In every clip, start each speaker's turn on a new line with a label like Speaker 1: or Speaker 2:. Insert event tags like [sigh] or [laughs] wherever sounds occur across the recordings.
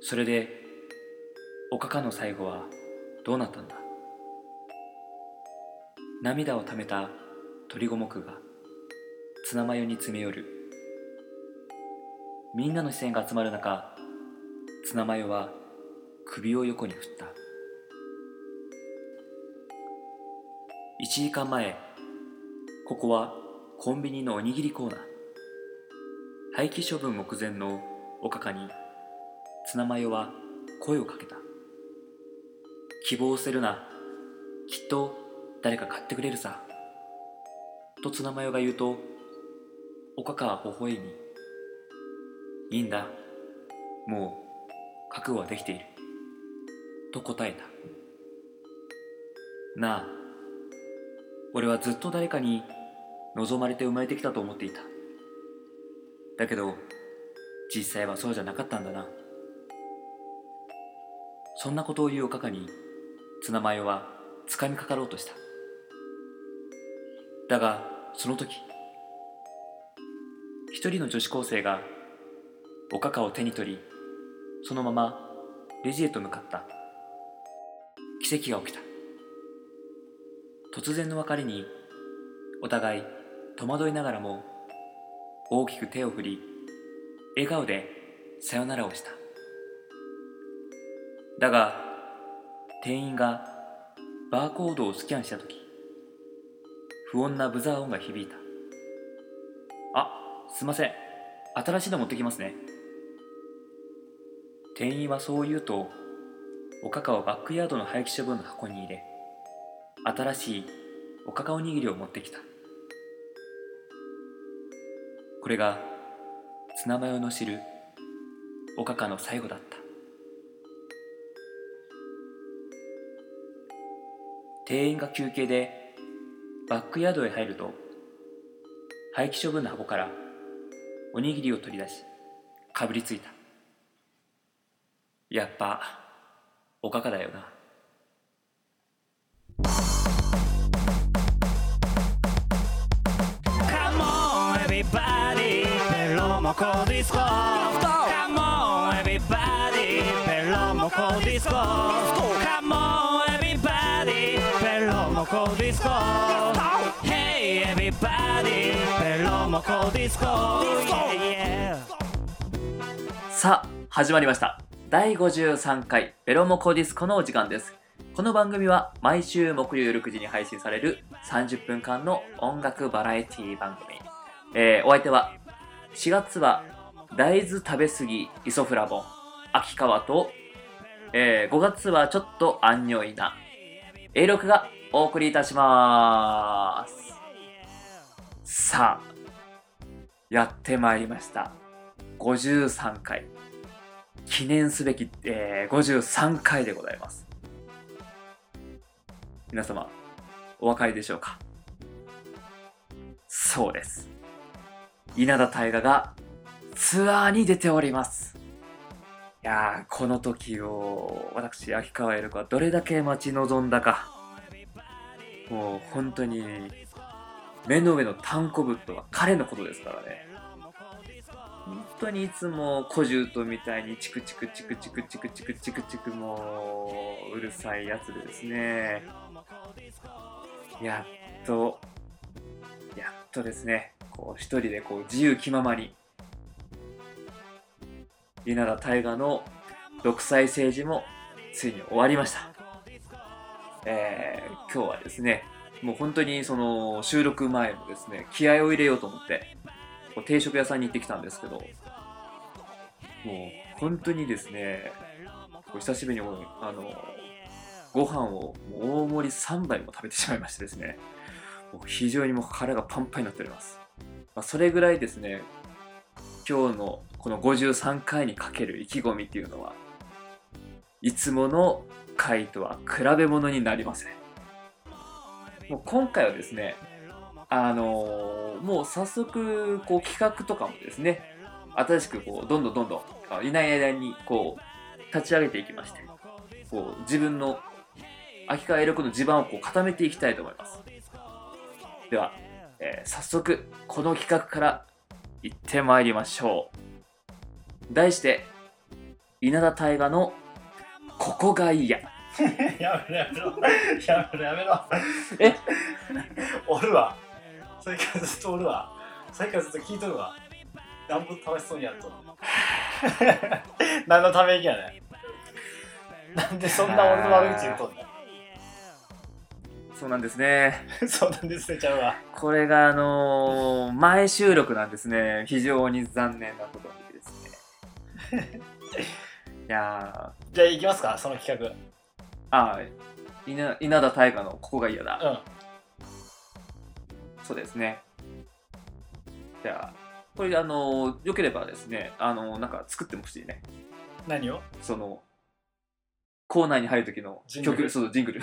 Speaker 1: それでおかかの最後はどうなったんだ涙をためた鳥五目がツナマヨに詰め寄るみんなの視線が集まる中ツナマヨは首を横に振った1時間前ここはコンビニのおにぎりコーナー廃棄処分目前のおかかにツナマヨは声をかけた希望を捨てるなきっと誰か買ってくれるさとツナマヨが言うとおかかは微笑みいいんだもう覚悟はできていると答えたなあ俺はずっと誰かに望まれて生まれてきたと思っていただけど実際はそうじゃなかったんだなそんなことを言うおかかにツナマヨはつかみかかろうとしただがその時一人の女子高生がおかかを手に取りそのままレジへと向かった奇跡が起きた突然の別れにお互い戸惑いながらも大きく手を振り笑顔でさよならをしただが店員がバーコードをスキャンした時不穏なブザー音が響いたあすいません新しいの持ってきますね店員はそう言うとおかかをバックヤードの廃棄処分の箱に入れ新しいおかかおにぎりを持ってきたこれがツナマヨの知るおかかの最後だった店員が休憩でバックヤードへ入ると廃棄処分の箱からおにぎりを取り出しかぶりついたやっぱおかかだよな
Speaker 2: 「Come on everybody ペロモコディスコ」「Come on everybody ペロモコディスコ」「Come on everybody ペロモコディスコ」「Hey everybody ペロモコディスコ」Yeah, yeah.
Speaker 1: さあ始まりました第53回ベロモコディスコのお時間ですこの番組は毎週木曜夜9時に配信される30分間の音楽バラエティ番組、えーお相手は4月は大豆食べ過ぎイソフラボン秋川と、え5月はちょっと安ンニョイな A6 がお送りいたしますさあやってまいりました53回記念すべき、えー53回でございます皆様お分かりでしょうかそうです稲田大我がツアーに出ておりますいやーこの時を私秋川エル子はどれだけ待ち望んだかもう本当に目の上のタンコブットは彼のことですからね本当にいつも小獣とみたいにチクチクチクチクチクチクチクチクもううるさいやつでですねやっとやっとですねこう一人でこう自由気ままに稲田大河の独裁政治もついに終わりましたえー今日はですねもう本当にその収録前のですね気合を入れようと思ってこう定食屋さんに行ってきたんですけどもう本当にですねこう久しぶりにあのご飯をもう大盛り3杯も食べてしまいましてですねもう非常にもう腹がパンパンになっております、まあ、それぐらいですね今日のこの53回にかける意気込みっていうのはいつもの回とは比べ物になりませんもう今回はですねあのーもう早速こう企画とかもですね新しくこうどんどんどんどんあいない間にこう立ち上げていきましてこう自分の秋川栄力の地盤をこう固めていきたいと思いますでは、えー早速この企画から行ってまいりましょう題して稲田大我のここが嫌
Speaker 3: やめろやめろやめろやめろ
Speaker 1: え
Speaker 3: おるわそれからずっとおるわそれからずっと聞いとるわなんぼ楽しそうにやっとる何のため息やねんなんでそんな俺の悪口言うとん
Speaker 1: そうなんですね
Speaker 3: のそうなんですねちゃうわ
Speaker 1: これがあのー前収録なんですね非常に残念なことにですねいや
Speaker 3: じゃあ行きますかその企画
Speaker 1: ーあー稲稲田大我のここが嫌だ
Speaker 3: うん
Speaker 1: そうですね。じゃあ、これ、あの、よければですね、あの、なんか作ってもほしいね。
Speaker 3: 何を
Speaker 1: その、コーナーに入る時の
Speaker 3: ジングル
Speaker 1: 曲、そう、ジングル。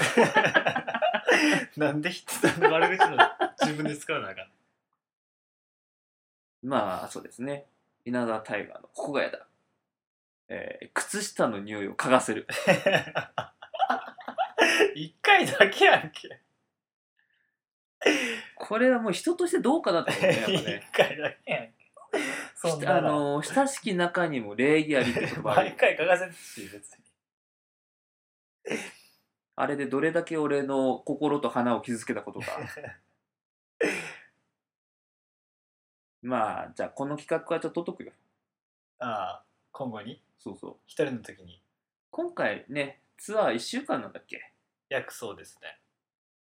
Speaker 1: [laughs]
Speaker 3: なんで人の悪口の自分で使うのあかん
Speaker 1: まあ、そうですね。稲田大河の、ここがやだ。えー靴下の匂いを嗅がせる。
Speaker 3: 一回だけやんけ
Speaker 1: これはもう人としてどうかなと思うね、やっ
Speaker 3: [laughs]
Speaker 1: ぱ
Speaker 3: 一
Speaker 1: ね。
Speaker 3: 回だけやんけそんな
Speaker 1: あ
Speaker 3: の
Speaker 1: の、親しき中にも礼儀ありって言葉あ
Speaker 3: [laughs] 毎
Speaker 1: る。
Speaker 3: 回書かせてし別に
Speaker 1: あれでどれだけ俺の心と花を傷つけたこと
Speaker 3: [laughs]
Speaker 1: か。まあ、じゃあこの企画はちょっと取っとくよ。
Speaker 3: ああ今後に
Speaker 1: そうそう。
Speaker 3: 一人の時に
Speaker 1: 今回ね、ツアー1週間なんだっけ
Speaker 3: 約そうですね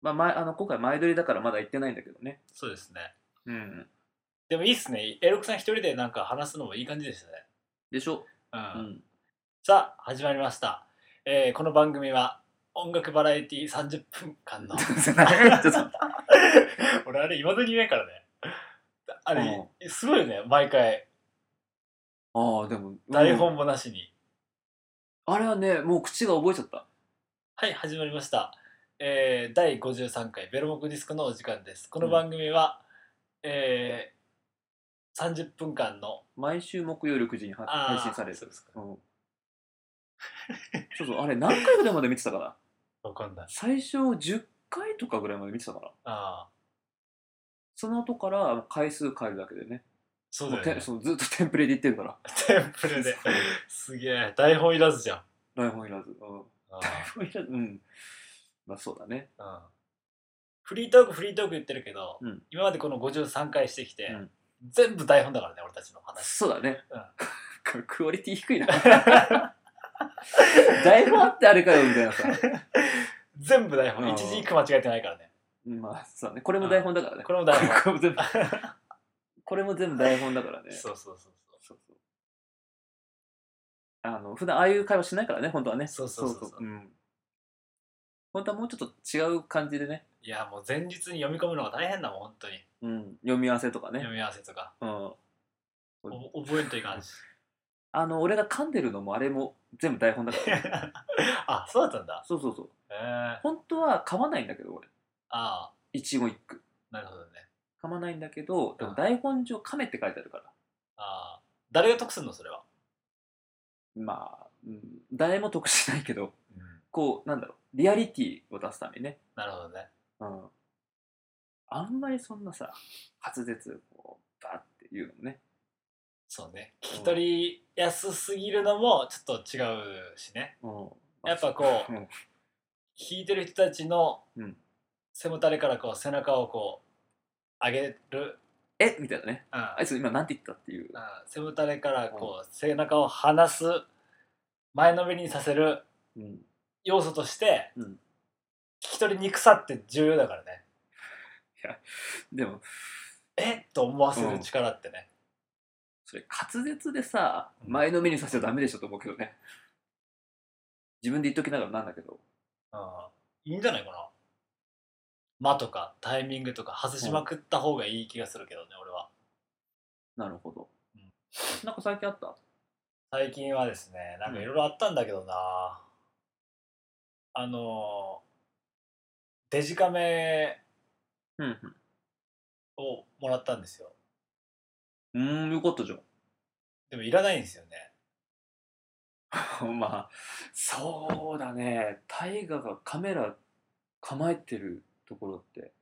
Speaker 1: まあ、前あの今回前撮りだからまだ行ってないんだけどね。
Speaker 3: そうですね
Speaker 1: うん。
Speaker 3: でもいいっすねエロクさん一人でなんか話すのもいい感じでしたね
Speaker 1: でしょ
Speaker 3: うん
Speaker 1: う、ん。
Speaker 3: さあ始まりました、えーこの番組は音楽バラエティ30分間
Speaker 1: [laughs]
Speaker 3: の
Speaker 1: ちょっと
Speaker 3: 俺あれ今だに言えんからねあれ、
Speaker 1: う
Speaker 3: すごいよね毎回
Speaker 1: [laughs] ああ、でも、
Speaker 3: 台
Speaker 1: うん
Speaker 3: 本もなしに、
Speaker 1: あれはね、もう口が覚えちゃった。
Speaker 3: はい、始まりました。えー、第53回ベロモクディスクのお時間です。この番組は、えー、30分間の、
Speaker 1: 毎週木曜6時には
Speaker 3: あー
Speaker 1: 配信される。
Speaker 3: そうですか
Speaker 1: うんそうそう、あれ何回ぐらいまで見てたかな
Speaker 3: わかんない。
Speaker 1: 最初10回とかぐらいまで見てたから。
Speaker 3: ああ、
Speaker 1: その後から回数変えるだけでね。
Speaker 3: そう
Speaker 1: も
Speaker 3: だ
Speaker 1: う
Speaker 3: よ
Speaker 1: て
Speaker 3: ね。
Speaker 1: そうずっとテンプレで言ってるから。
Speaker 3: [laughs] テンプレで。すげえ、台本いらずじゃん。
Speaker 1: 台本いらず。うん。
Speaker 3: あ
Speaker 1: 台本いらず。うん。まあそうだね。
Speaker 3: あうんフリートーク、フリートーク言ってるけど、
Speaker 1: うん
Speaker 3: 今までこの53回してきて、
Speaker 1: うん
Speaker 3: 全部台本だからね、俺たちの
Speaker 1: [laughs]
Speaker 3: 話。
Speaker 1: そうだね
Speaker 3: うん。
Speaker 1: これクオリティ低いな。 [laughs] 台本あってあれかよみたいなさ。
Speaker 3: 全部台
Speaker 1: う
Speaker 3: 本。
Speaker 1: ん
Speaker 3: 一字一句間違えてないからね。
Speaker 1: うんまあそうだね。これも台本だからね。
Speaker 3: これも台本。
Speaker 1: これも全部。これも全部台本だから [laughs] ね。
Speaker 3: そうそうそうそう。
Speaker 1: そうそうあの普段ああいう会話しないからね、本当はね。
Speaker 3: そうそうそうそう
Speaker 1: うん。本当はもうちょっと違う感じでね。
Speaker 3: いや、もう前日に読み込むのが大変だもん、本当に。
Speaker 1: うん。読み合わせとかね。
Speaker 3: 読み合わせとか。
Speaker 1: うん。
Speaker 3: お覚えんといかんし。
Speaker 1: あの、俺が噛んでるのもあれも全部台本だ
Speaker 3: [laughs]
Speaker 1: から。
Speaker 3: [laughs] あ、そうだったんだ。
Speaker 1: そうそうそう。
Speaker 3: へえ
Speaker 1: 本当は噛まないんだけど、俺。
Speaker 3: ああ、
Speaker 1: 一語一句。
Speaker 3: なるほどね。
Speaker 1: 噛まないんだけど、で
Speaker 3: う
Speaker 1: も
Speaker 3: ん
Speaker 1: 台本上噛めって書いてあるから。
Speaker 3: ああ、誰が得すんのそれは。
Speaker 1: まあ、うん、誰も得しないけど、
Speaker 3: うん、
Speaker 1: こう、なんだろう、リアリティを出すためにね。
Speaker 3: なるほどね。
Speaker 1: うん。あんまりそんなさ、滑舌、こう、バーって言うのもね。
Speaker 3: そうね。聞き取りやすすぎるのもちょっと違うしね。
Speaker 1: うん。
Speaker 3: やっぱこう、
Speaker 1: うん
Speaker 3: 聞いてる人たちの
Speaker 1: うん
Speaker 3: 背もたれからこう背中をこう上げる。
Speaker 1: えみたいなね。
Speaker 3: う
Speaker 1: あ
Speaker 3: ん
Speaker 1: いつ今なんて言ったっていう
Speaker 3: う。ん背もたれからこう背中を離す前のめりにさせる
Speaker 1: うん。
Speaker 3: 要素として、
Speaker 1: うん
Speaker 3: 聞き取りにくさって重要だからね
Speaker 1: でも、
Speaker 3: えっと思わせる力ってね、
Speaker 1: それ滑舌でさ、
Speaker 3: うん
Speaker 1: 前のめりにさせちゃダメでしょと思うけどね。自分で言っときながらなんだけど。
Speaker 3: うん、いいんじゃないかな間とかタイミングとか外しまくった方がいい気がするけどね、俺は
Speaker 1: なるほど
Speaker 3: うん。
Speaker 1: なんか最近あった
Speaker 3: 最近はですねなんかいろいろあったんだけどな、あのーデジカメ
Speaker 1: うん。
Speaker 3: をもらったんですよ
Speaker 1: うん、よかったじゃん。 [laughs]
Speaker 3: でもいらないんですよね
Speaker 1: まあそうだね大河がカメラ構えてるところって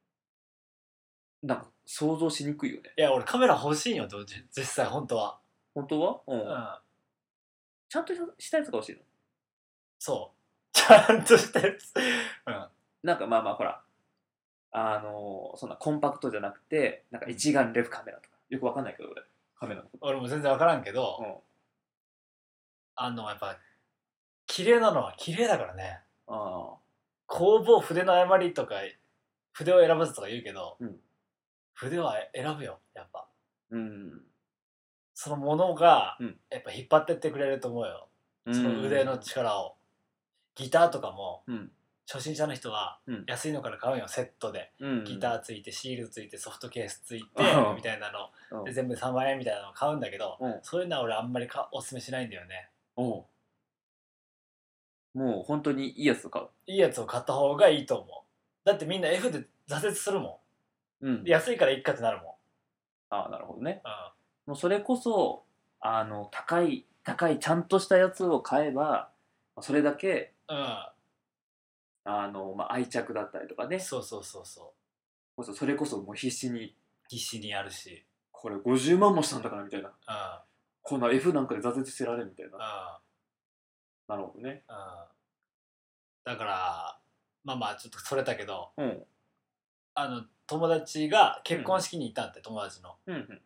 Speaker 1: なんか想像しにくいよね
Speaker 3: いや俺カメラ欲しいよとじ実際本当は、
Speaker 1: 本当は、うん
Speaker 3: うん、
Speaker 1: ちゃんとしたやつが欲しいの
Speaker 3: そう。ちゃんとしたやつ。うん。
Speaker 1: なんかまあまあほらあのーそんなコンパクトじゃなくてなんか一眼レフカメラとかよくわかんないけど俺カメラのこと
Speaker 3: 俺も全然わからんけど、
Speaker 1: うん
Speaker 3: あの、やっぱ、綺麗なのは綺麗だからね。
Speaker 1: あ
Speaker 3: 工房筆の誤りとか、筆を選ばずとか言うけど、
Speaker 1: うん
Speaker 3: 筆は選ぶよ、やっぱ。
Speaker 1: ーうん
Speaker 3: そのものが
Speaker 1: うん、
Speaker 3: やっぱ引っ張ってってくれると思うよ。
Speaker 1: うん
Speaker 3: その腕の力を。ギターとかも、
Speaker 1: うん
Speaker 3: 初心者の人は
Speaker 1: うん
Speaker 3: 安いのから買うんよ、セットで。
Speaker 1: うん
Speaker 3: ギターついて、シールついて、ソフトケースついて
Speaker 1: うん、
Speaker 3: みたいなの。
Speaker 1: うん
Speaker 3: で全部3万円みたいなの買うんだけど、
Speaker 1: うん
Speaker 3: そういうのは俺あんまりかおすすめしないんだよね
Speaker 1: おうもう本当にいいやつとか
Speaker 3: いいやつを買った方がいいと思うだってみんな F で挫折するも
Speaker 1: うん
Speaker 3: ん安いからいっかってなるもん、
Speaker 1: ああなるほどね
Speaker 3: う
Speaker 1: も
Speaker 3: ん、
Speaker 1: うそれこそあの高い高いちゃんとしたやつを買えばそれだけ
Speaker 3: う
Speaker 1: あの、まあ、愛着だったりとかね
Speaker 3: ん、そうそうそうそ
Speaker 1: こそそれこそもう必死に
Speaker 3: う必死にやるし
Speaker 1: これ50万もしたんだからみたいな
Speaker 3: うん
Speaker 1: こんな F なんかで挫折してられるみたいな
Speaker 3: う
Speaker 1: なるほどね
Speaker 3: んうんだからまあまあちょっとそれたけど
Speaker 1: うん
Speaker 3: あの友達が結婚式に行ったんだって、友達の
Speaker 1: うんうん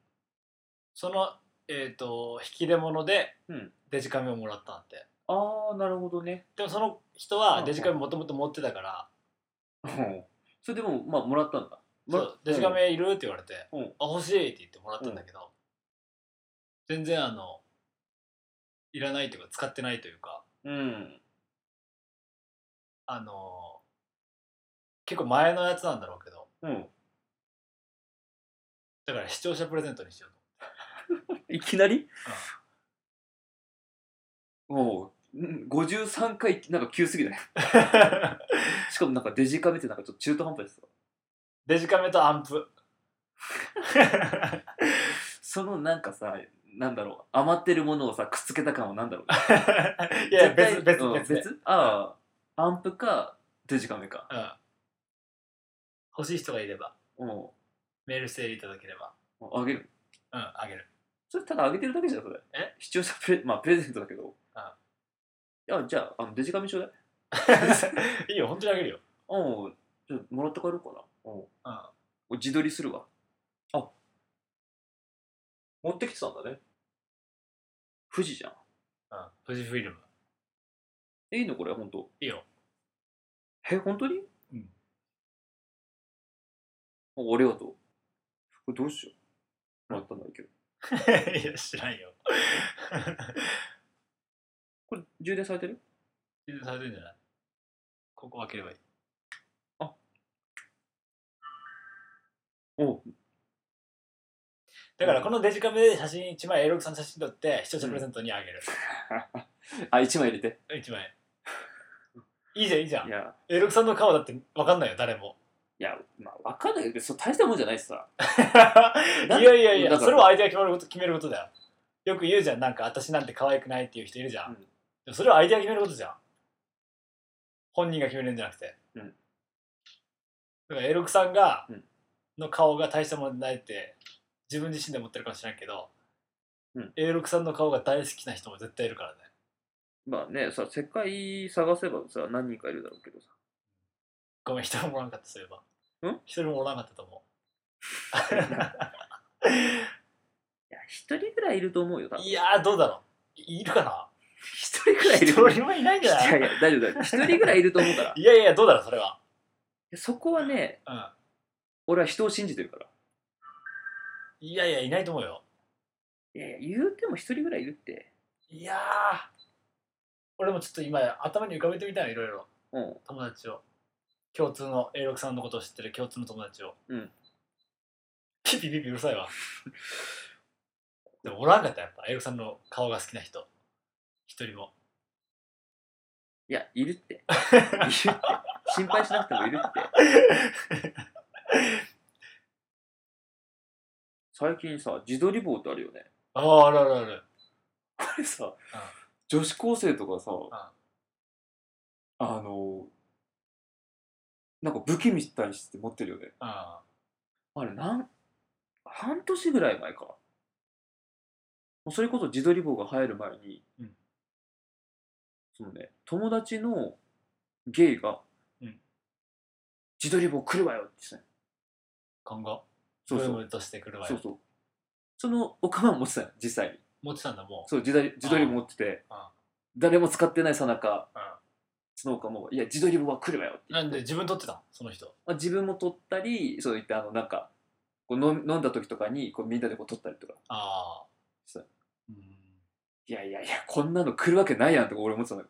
Speaker 3: そのえっ、と引き出物で
Speaker 1: うん
Speaker 3: デジカメをもらったんだって
Speaker 1: ああなるほどね
Speaker 3: でもその人
Speaker 1: う
Speaker 3: は
Speaker 1: ん
Speaker 3: デジカメもともと持ってたから、
Speaker 1: うんそれでもまあもらったんだ
Speaker 3: そ
Speaker 1: ま
Speaker 3: うデジカメいるって言われて、
Speaker 1: うん
Speaker 3: あ欲しいって言ってもらったんだけど、全然あのいらないというか使ってないというか
Speaker 1: うん
Speaker 3: あの結構前のやつなんだろうけど
Speaker 1: うん
Speaker 3: だから視聴者プレゼントにしよう [laughs] と
Speaker 1: いきなりおううん53回なんか急すぎない [laughs] しかもなんかデジカメってなんかちょっと中途半端ですわ
Speaker 3: デジカメとアンプ
Speaker 1: そのなんかさなんだろう余ってるものをさくっつけた感はなんだろう
Speaker 3: いや
Speaker 1: 絶対
Speaker 3: 別別
Speaker 1: うん
Speaker 3: 別で
Speaker 1: ああアンプかデジカメか
Speaker 3: うん、欲しい人がいれば
Speaker 1: うん
Speaker 3: メールしていただければ
Speaker 1: あげる
Speaker 3: うんあげ [laughs] る
Speaker 1: それただあげてるだけじゃんそれ
Speaker 3: え
Speaker 1: 視聴者プレ,、まあ、プレゼントだけど
Speaker 3: あ
Speaker 1: いやじゃああのデジカメちょうだい
Speaker 3: いいよ本当にあげるよ
Speaker 1: うんじゃあもらって帰ろうかなうん
Speaker 3: うん
Speaker 1: 俺自撮りするわあ持ってきてたんだね富士じゃん
Speaker 3: うん富士フィルム
Speaker 1: えいいのこれ本当
Speaker 3: いいよ
Speaker 1: え本当に
Speaker 3: うん
Speaker 1: おありがとうこれどうしようもらったんだけど
Speaker 3: [laughs] いや、知らんよ。
Speaker 1: これ充電されてる [laughs]
Speaker 3: 全然されてんじゃないここ開ければいい。
Speaker 1: お
Speaker 3: だから、このデジカメで写真1枚、A6 さんの写真撮って、視聴者プレゼントにあげる。
Speaker 1: あ一枚入れて
Speaker 3: 1枚。いいじゃん、いいじゃ
Speaker 1: い
Speaker 3: ん。
Speaker 1: や
Speaker 3: A6 さんの顔だって分かんないよ、誰も。
Speaker 1: いやまあ分かんないけどそう大したもんじゃないしさ
Speaker 3: [laughs] いやいやい
Speaker 1: だ
Speaker 3: や、
Speaker 1: から
Speaker 3: それは相手が決めること決めることだよ。よく言うじゃん、なんか私なんて可愛くないっていう人いるじゃん。
Speaker 1: うん
Speaker 3: でもそれは相手が決めることじゃん。本人が決めるんじゃなくて。
Speaker 1: うん
Speaker 3: だから、A6 さんが
Speaker 1: うん、
Speaker 3: の顔が大したもんじゃないって、自分自身で思ってるかもしれんけど、
Speaker 1: うん
Speaker 3: A6 さんの顔が大好きな人も絶対いるからね。
Speaker 1: まあねさ世界探せばさ何人かいるだろうけどさ
Speaker 3: ごめん、一人もおらんかった、そういえば。
Speaker 1: ん
Speaker 3: 一人もおらんかったと思
Speaker 1: いや一人ぐらいいると思うよ多
Speaker 3: う。
Speaker 1: 分
Speaker 3: いやー、どうだろう。いるかな
Speaker 1: 一人ぐらいい
Speaker 3: 一
Speaker 1: ると思う
Speaker 3: 人もいないんじゃ
Speaker 1: いや
Speaker 3: ない
Speaker 1: いや大丈夫
Speaker 3: [laughs]
Speaker 1: 大丈夫 [laughs] 一人ぐらいいると思うから
Speaker 3: いやいや、どうだろう、それは。
Speaker 1: そこはね
Speaker 3: うん。
Speaker 1: 俺は人を信じてるから
Speaker 3: いやいや、いないと思うよ。
Speaker 1: いやいや言うても一人ぐらいいるって
Speaker 3: いやー、俺もちょっと今、頭に浮かべてみたいな、いろいろ、
Speaker 1: うん
Speaker 3: 友達を。共通の A6 さんのことを知ってる共通の友達を。
Speaker 1: うん
Speaker 3: ピピピピうるさいわ。でも、おらんかった、やっぱ、A6 さんの顔が好きな人。一人も。
Speaker 1: いやいるっているって心配しなくてもいるって最近さ自撮り棒ってあるよね
Speaker 3: ああ、あるあるある。
Speaker 1: これさ、女子高生とかさ、あのなんか武器みたいにして持ってるよね
Speaker 3: あ
Speaker 1: あれなん半年ぐらい前かもうそれこそ自撮り棒が入る前に、
Speaker 3: うん
Speaker 1: そのね、友達のゲイが、
Speaker 3: うん
Speaker 1: 自撮り棒来るわよって言ってたの
Speaker 3: 今後
Speaker 1: そう
Speaker 3: ブ
Speaker 1: そ
Speaker 3: ー
Speaker 1: う。
Speaker 3: ムとして来るわ
Speaker 1: そう
Speaker 3: よ
Speaker 1: そう。そのおかま持ってたの、実際に。
Speaker 3: 持ってたんだもう
Speaker 1: そう、自撮り自撮り棒持ってて
Speaker 3: ああ、
Speaker 1: 誰も使ってないさなか
Speaker 3: うん、
Speaker 1: そのおかまも、いや、自撮り棒は来るわよって言
Speaker 3: な
Speaker 1: って
Speaker 3: んで自分撮ってたその人
Speaker 1: まあ、自分も撮ったり、そういった、あの、なんか、こう飲み飲んだ時とかにこうみんなでこう撮ったりとか
Speaker 3: ああ
Speaker 1: してた
Speaker 3: うん
Speaker 1: いやいやいやこんなの来るわけないやんとか俺思ってたのよ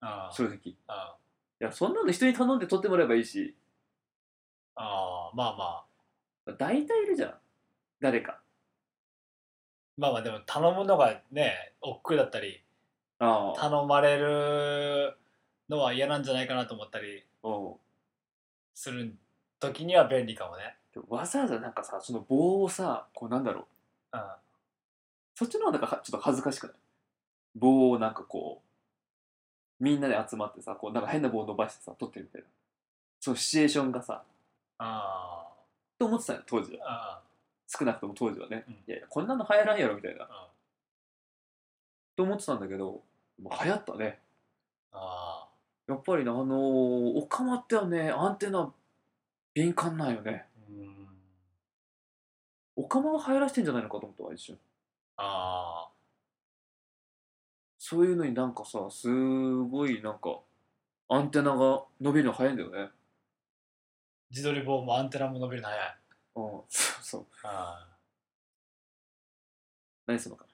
Speaker 3: あー
Speaker 1: 正直い
Speaker 3: あ
Speaker 1: やそんなの人に頼んで撮ってもらえばいいし
Speaker 3: ーあーまあまあ
Speaker 1: 大体いるじゃん誰か
Speaker 3: まあまあでも頼むのがね億劫だったり
Speaker 1: ああ
Speaker 3: 頼まれるのは嫌なんじゃないかなと思ったり
Speaker 1: おう
Speaker 3: する時には便利かもね
Speaker 1: でもわざわざなんかさその棒をさこうなんだろう
Speaker 3: うん
Speaker 1: そっちの方がなんかはちょっと恥ずかしくない棒をなんかこうみんなで集まってさこうなんか変な棒を伸ばしてさ撮ってるみたいなそのシチュエーションがさ
Speaker 3: あ
Speaker 1: と思ってたよ当時は
Speaker 3: ーあ
Speaker 1: 少なくとも当時はね、
Speaker 3: うん
Speaker 1: いやいやこんなの流行らんやろみたいな、
Speaker 3: ん
Speaker 1: と思ってたんだけどまあ流行ったね
Speaker 3: ーあ
Speaker 1: やっぱりねあのー、おかまってはねアンテナ敏感なんよね
Speaker 3: ーうん
Speaker 1: おかまが流行らしてんじゃないのかと思ったわ一瞬
Speaker 3: あ
Speaker 1: そういうのになんかさすごいなんかアンテナが伸びるの早いんだよね
Speaker 3: ー自撮り棒もアンテナも伸びるの早い
Speaker 1: うん [laughs] そうそう
Speaker 3: あ
Speaker 1: 何するのか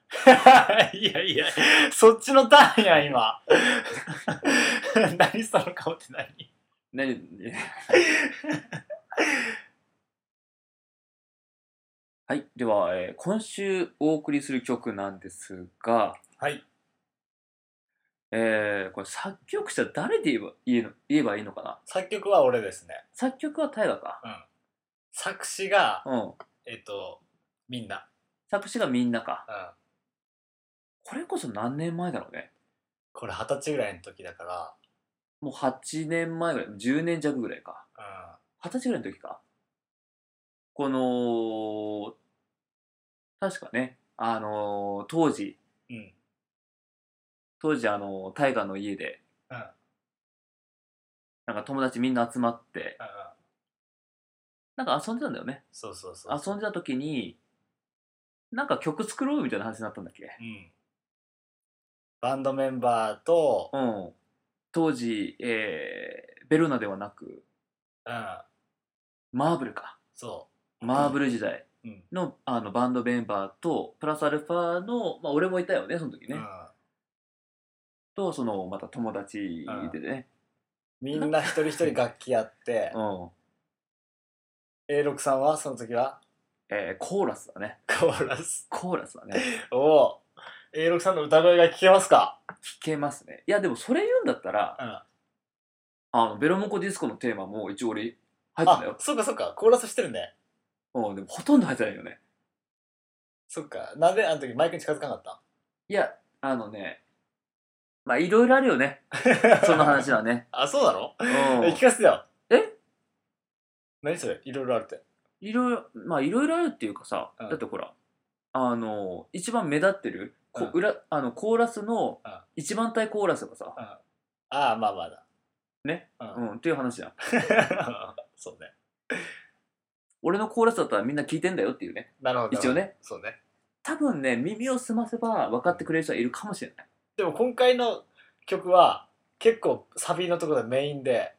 Speaker 3: ー [laughs] いやいやそっちのターンや今 [laughs] 何その顔って何
Speaker 1: 何 [laughs] いやはいでは、えー今週お送りする曲なんですが
Speaker 3: はい
Speaker 1: えー、これ作曲者誰で言えば言えの言えばいいのかな
Speaker 3: 作曲は俺ですね
Speaker 1: 作曲は大河か
Speaker 3: 作詞が
Speaker 1: うん
Speaker 3: えっとみんな、
Speaker 1: 作詞がみんなか
Speaker 3: うん、
Speaker 1: これこそ何年前だろうね
Speaker 3: これ二十歳ぐらいの時だか、
Speaker 1: もう8年前ぐらい10年弱ぐらいから二十歳ぐらいの時かこの確かねあのー当時
Speaker 3: うんうん、
Speaker 1: 当時あの大河の家で、
Speaker 3: うん
Speaker 1: なんか友達みんな集まって
Speaker 3: うんうん、
Speaker 1: なんか遊んでたんだよね
Speaker 3: そうそうそう
Speaker 1: 遊んでた時になんか曲作ろうみたいな話になったんだっけ
Speaker 3: うん、バンドメンバーと、
Speaker 1: うん当時、えーベルナではなく
Speaker 3: うん、
Speaker 1: マーブルか
Speaker 3: そ
Speaker 1: マーブル時代
Speaker 3: う、うん
Speaker 1: の,、あのバンドメンバーとプラスアルファの、まあ、俺もいたよねその時ね、
Speaker 3: うん、
Speaker 1: とそのまた友達でね、
Speaker 3: みんな一人一人楽器やって
Speaker 1: う、ん
Speaker 3: A6 さんはその時は
Speaker 1: えーコーラスだね
Speaker 3: コーラス
Speaker 1: コーラスだね
Speaker 3: を A6 さんの歌声が聞けますか、
Speaker 1: 聞けますねいやでもそれ言うんだったら
Speaker 3: うん、あ
Speaker 1: あのベロモコディスコのテーマも一応俺入ってたよ、
Speaker 3: そうかそうかコーラスしてるね
Speaker 1: うん、でもほとんど入ってないよね
Speaker 3: そっかなんであの時マイクに近づかなか
Speaker 1: いやあのねまあいろいろあるよね
Speaker 3: った
Speaker 1: その話はね
Speaker 3: [laughs] あそうなの
Speaker 1: うん
Speaker 3: え聞かせてよ
Speaker 1: え
Speaker 3: 何それいろいろあるって
Speaker 1: いろいろまあいろいろあるっていうかさ、
Speaker 3: うん
Speaker 1: だってほらあの一番目立ってる、こ
Speaker 3: うん
Speaker 1: 裏あのコーラスの
Speaker 3: うん
Speaker 1: 一番隊コーラスがさ、
Speaker 3: ああまあまあだ
Speaker 1: ね
Speaker 3: うん、
Speaker 1: うん、っていう話じゃん [laughs]
Speaker 3: そうね
Speaker 1: 俺のコーラスだったらみんな聞いてんだよっていうね
Speaker 3: なるほど
Speaker 1: 一応ね
Speaker 3: そうね
Speaker 1: 多分ね耳を澄ませば分かってくれる人はいるかもしれない
Speaker 3: でも今回の曲は結構サビのところがメインで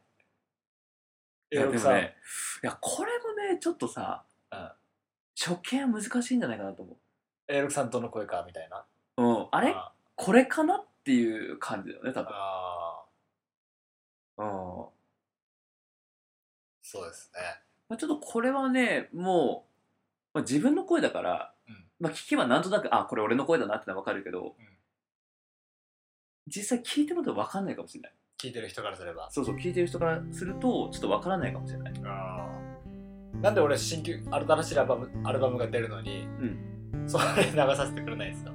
Speaker 1: いやで
Speaker 3: 六
Speaker 1: も
Speaker 3: さん、
Speaker 1: ねいやこれもねちょっとさ、
Speaker 3: うん
Speaker 1: 初見は難しいんじゃないかなと思
Speaker 3: A6 さんどの声かみたいな
Speaker 1: う、うん、あれ
Speaker 3: あ
Speaker 1: これかなっていう感じだよね多分、
Speaker 3: あ
Speaker 1: うん
Speaker 3: ーそうです
Speaker 1: まあ、ちょっとこれはねもう、まあ、自分の声だから、
Speaker 3: うん
Speaker 1: まあ、聞けばなんとなくあこれ俺の声だなってのは分かるけど、
Speaker 3: うん
Speaker 1: 実際聞いてもらうと分かんないかもしれない
Speaker 3: 聞いてる人からすれば
Speaker 1: そうそう聞いてる人からするとちょっと分からないかもしれない
Speaker 3: あーなんで俺新旧新しいアルバムアルバムが出るのに、それ流させてくれないんですか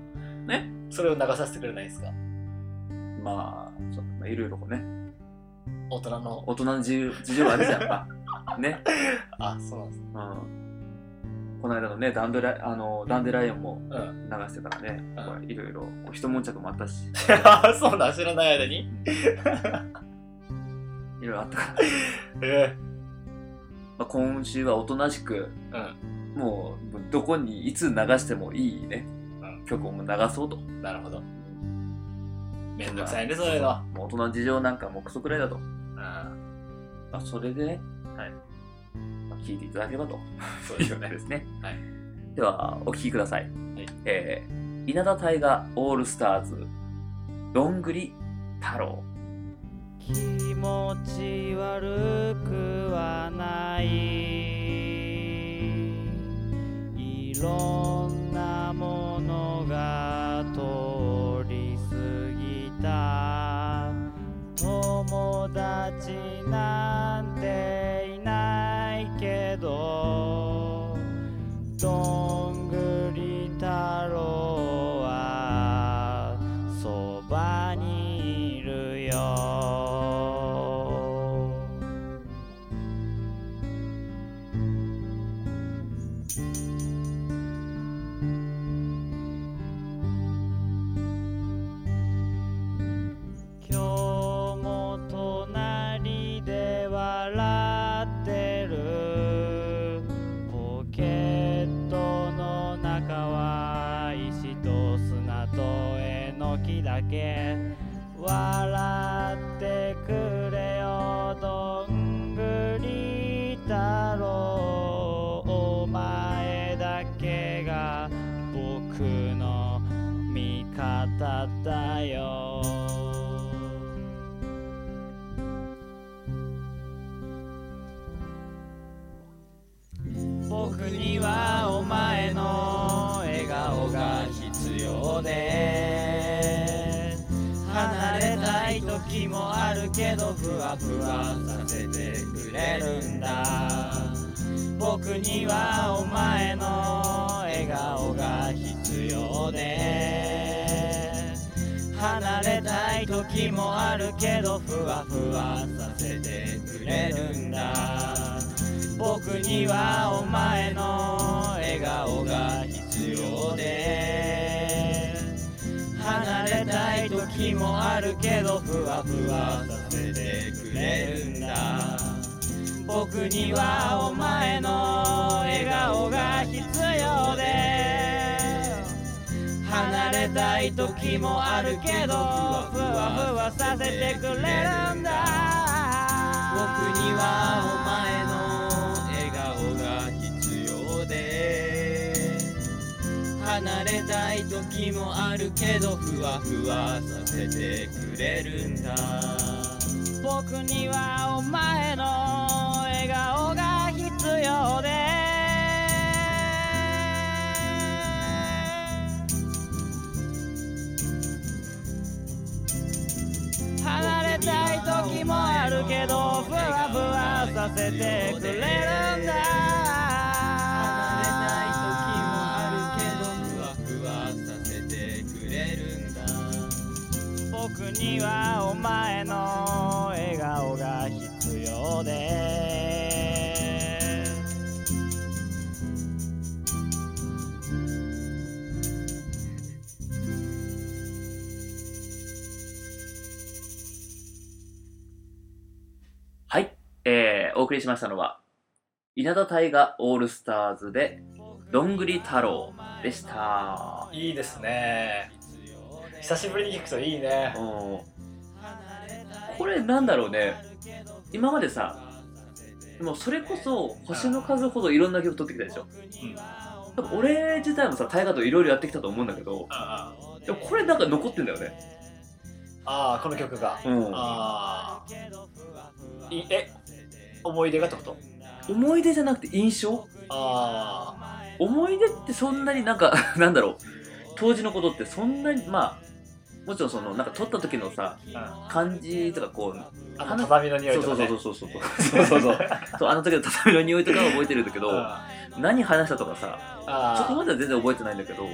Speaker 1: え
Speaker 3: それを流させてくれないんですか
Speaker 1: まあそうまあいろいろこうね
Speaker 3: 大人の [laughs]
Speaker 1: 大人の事情事情あるじゃんやっぱね
Speaker 3: あそうなんですね
Speaker 1: うんこの間のねダンデラあのダンデライオンも
Speaker 3: うん
Speaker 1: 流してたらね、
Speaker 3: うん
Speaker 1: これいろいろこう一悶着もあったし
Speaker 3: [laughs] そうなん知らない間に
Speaker 1: いろいろあったから、
Speaker 3: え
Speaker 1: まあ、今週はおとなしく
Speaker 3: え
Speaker 1: もうどこにいつ流してもいいね、
Speaker 3: うん
Speaker 1: 曲をもう流そうと
Speaker 3: うんなるほどめんどくさいねそういうの
Speaker 1: もう大人の事情なんかもうクソくらいだと、
Speaker 3: うん
Speaker 1: まあ、それでね、
Speaker 3: はい
Speaker 1: まあ、聞いていただければと
Speaker 3: そ
Speaker 1: い
Speaker 3: うで
Speaker 1: う
Speaker 3: す
Speaker 1: こと
Speaker 3: よね
Speaker 1: ですね、
Speaker 3: はい
Speaker 1: ではお聴きください、
Speaker 3: い
Speaker 1: えー稲田大河オールスターズどんぐり太郎
Speaker 2: 気持ち悪くはないいろんなものが通り過ぎた友達なんていないけどどんぐり太郎はそばにいるよ今日も隣で笑ってるポケットの中は石と砂とえのきだけ笑ってくれよどんぐり太郎お前だけが僕の味方だよ僕にはお前の笑顔が必要で離れたい時もあるけどふわふわさせてくれるんだ僕にはお前の笑顔が必要で離れたい時もあるけどふわふわさせてくれるんだ僕にはお前の笑顔が必要で離れたい時もあるけどふわふわさせてくれるんだ僕にはお前の笑顔が必要で離れたい時もあるけどふわふわふわさせてくれるんだ僕にはお前の笑顔が必要で離れたい時もあるけどふわふわさせてくれるんだ僕にはお前の笑顔が必要で離れたい時もあるけどふわふわさせてくれるんだ離れたい時もあるけど
Speaker 4: ふわふわさせてくれるんだ
Speaker 2: 僕にはお前の笑顔が必要で
Speaker 1: はい、えーお送りしましたのは稲田大河オールスターズでどんぐり太郎でした
Speaker 3: いいですね久しぶりに聞くといいね
Speaker 1: うんこれなんだろうね今までさもうそれこそ星の数ほどいろんな曲取ってきたでしょ
Speaker 3: うん
Speaker 1: 多分俺自体もさ大河といろいろやってきたと思うんだけど
Speaker 3: あ
Speaker 1: でもこれなんか残ってんだよね
Speaker 3: あこの曲が
Speaker 1: うん
Speaker 3: ああいえ思い出がってこと
Speaker 1: 思い出じゃなくて印象
Speaker 3: あ
Speaker 1: 思い出ってそんなになんか [laughs] なんだろう当時のことってそんなにまあもちろんそのなんか撮った時のさ
Speaker 3: あ、
Speaker 1: 感じとかこう
Speaker 3: うん、あの畳の匂い
Speaker 1: そうそ
Speaker 3: とか、
Speaker 1: う
Speaker 3: ね、
Speaker 1: そうそうそうそうそうそうそうあの時の畳の匂いとかは覚えてるんだけど
Speaker 3: あ
Speaker 1: 何話したとかさ
Speaker 3: あ
Speaker 1: そこまでは全然覚えてないんだけど、
Speaker 3: うん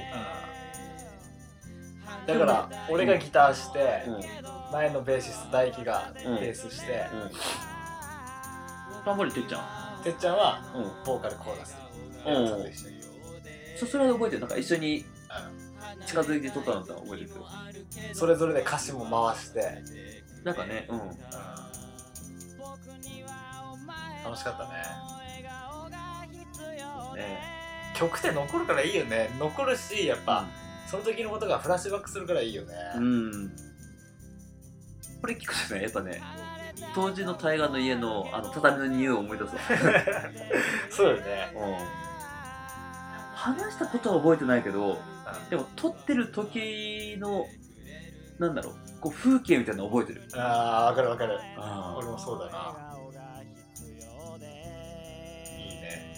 Speaker 3: だから俺がギターして、
Speaker 1: うんうん、
Speaker 3: 前のベーシスト大輝がベ
Speaker 1: うん
Speaker 3: ースして、
Speaker 1: 頑張れてっちゃ
Speaker 3: てっちゃんは
Speaker 1: ん、うん、
Speaker 3: ボーカルコーラス
Speaker 1: うん
Speaker 3: 撮影したり
Speaker 1: そそれは覚えてるなんか一緒に近づいて撮ったのって覚えてるけど
Speaker 3: それぞれで歌詞も回して、うん
Speaker 1: なんかねうん
Speaker 3: 楽しかったね
Speaker 1: ね
Speaker 3: 曲って残るからいいよね残るしやっぱ、その時のことがフラッシュバックするからいいよね、
Speaker 1: うんこれ聞くとねやっぱね当時の大河の家のあの畳の匂いを思い出す [laughs] わ
Speaker 3: そうよね
Speaker 1: うん話したことは覚えてないけどでも撮ってる時のなんだろうこう風景みたいなの覚えてる
Speaker 3: ああわかるわかる
Speaker 1: あ
Speaker 3: 俺もそうだないいね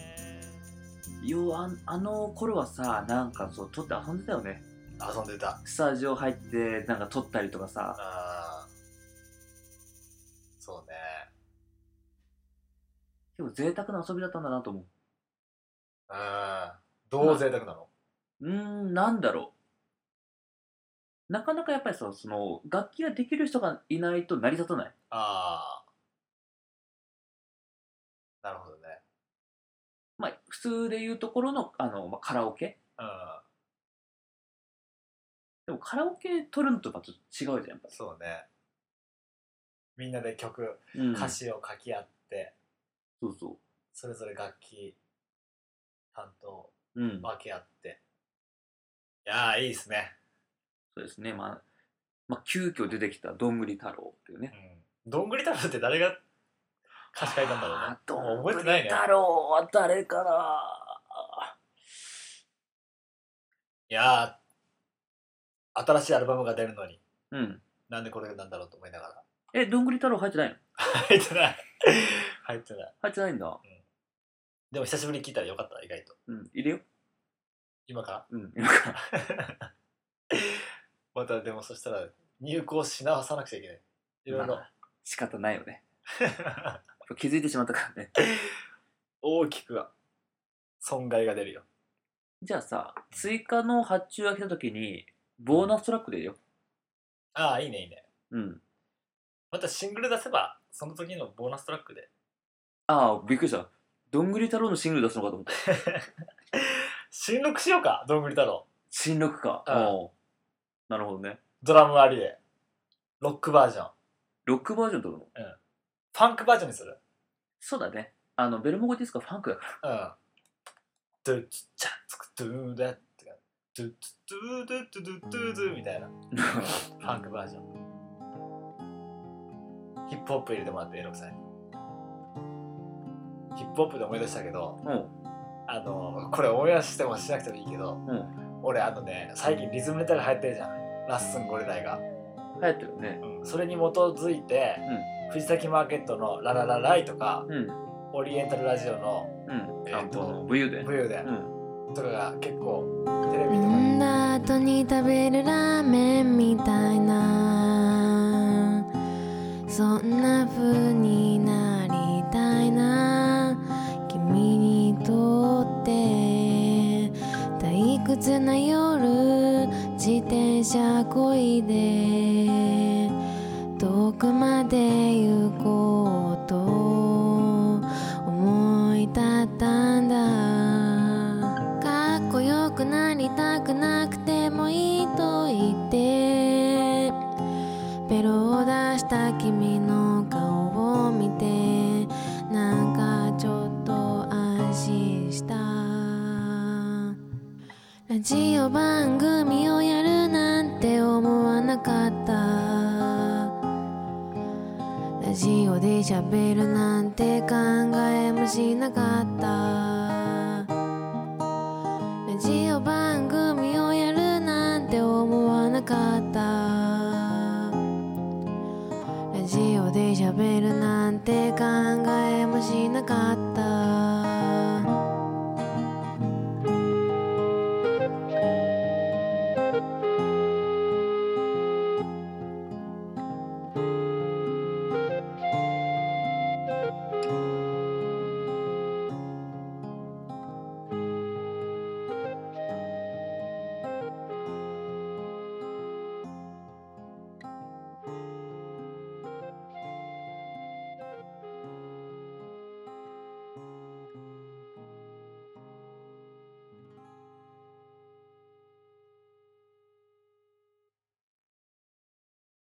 Speaker 1: ようああの頃はさなんかそう撮って遊んでたよね
Speaker 3: 遊んでた
Speaker 1: スタジオ入ってなんか撮ったりとかさ
Speaker 3: あーそうね
Speaker 1: でも贅沢な遊びだったんだなと思う
Speaker 3: うんどう贅沢なの、
Speaker 1: うーん、なんだろう。なかなかやっぱりさ、その、楽器ができる人がいないと成り立たない。
Speaker 3: ああなるほどね
Speaker 1: まあ、普通でいうところの、あの、まあ、カラオケ。
Speaker 3: う
Speaker 1: でもカラオケ取るのとまた違うじゃん、やっぱ
Speaker 3: んそうねみんなで曲
Speaker 1: り。うん
Speaker 3: 歌詞を書き合って、
Speaker 1: そうそ
Speaker 3: それぞれ楽器担当
Speaker 1: う。うん。
Speaker 3: 分け合っていやーいいっすね、
Speaker 1: そうですね。まあ、まあ、急遽出てきたどんぐり太郎っていうね。
Speaker 3: うん、どんぐり太郎って誰が歌詞書いたんだろうね
Speaker 1: あーどんぐ
Speaker 3: 覚え
Speaker 1: り
Speaker 3: てないね
Speaker 1: 太郎は誰かない
Speaker 3: やー新しいアルバムが出るのに
Speaker 1: うん。
Speaker 3: なんでこれなんだろうと思いながら [laughs]
Speaker 1: え、どんぐり太郎入ってないの
Speaker 3: 入ってない入ってない
Speaker 1: 入ってないんだ。
Speaker 3: でも久しぶりに聞いたらよかった意外と
Speaker 1: うん、入れよ。
Speaker 3: 今から
Speaker 1: うん、 [laughs] 今から。
Speaker 3: またでもそしたら入稿し直さなくちゃいけないいろい
Speaker 1: ま
Speaker 3: ろ
Speaker 1: あ仕方ないよね。気づいてしまったからね。 [laughs]
Speaker 3: 大きくは損害が出るよ
Speaker 1: じゃあさ、追加の発注が来た時に、ボーナストラックでいいよ。
Speaker 3: ああいいねいいね
Speaker 1: うん。
Speaker 3: またシングル出せばその時のボーナストラックで
Speaker 1: ああ、びっくりした。どんぐり太郎のシングル出すのかと思った。
Speaker 3: 新録しようかどんぐり太郎
Speaker 1: 新録か。
Speaker 3: ああ
Speaker 1: おうなるほどね。
Speaker 3: ドラムありでロックバージョン
Speaker 1: ロックバージョンとるの
Speaker 3: ファンクバージョンにする
Speaker 1: そうだね。あの、ベルモゴディスコはファンクだから。
Speaker 3: うんドゥッツチャッツクドゥーダッツかドゥッツドゥードゥッツドゥッツドゥドゥみたいな [laughs] ファンクバージョンヒップホップ入れてもらって6歳ヒップホップで思い出したけど
Speaker 1: おう
Speaker 3: あのこれ思い出してもしなくてもいいけど、
Speaker 1: う
Speaker 3: 俺あのね最近リズムネタが流行ってるじゃんラッスンゴレライが
Speaker 1: 流行ってるね。
Speaker 3: それに基づいて、藤崎マーケットの「ラララライ」とか
Speaker 1: うん。
Speaker 3: オリエンタルラジオの
Speaker 1: うん。
Speaker 3: え
Speaker 1: あ、
Speaker 3: ーと
Speaker 1: この武勇
Speaker 3: 「
Speaker 1: 伝。
Speaker 3: 武勇伝
Speaker 1: うん。」
Speaker 3: とかが結構テレビとかで
Speaker 2: 飲んだ後に食べるラーメンみたいなそんな風になりたいな君にとって退屈な夜自転車こいで遠くまで行こうと思い立ったんだかっこよくなりたくなくてもいいと言ってベロを出した君の顔を見てなんかちょっと安心したラジオ番組をやるなんて思わなかったラジオで喋るなんて考えもしなかったラジオ番組をやるなんて思わなかったラジオで喋るなんて考えもしなかった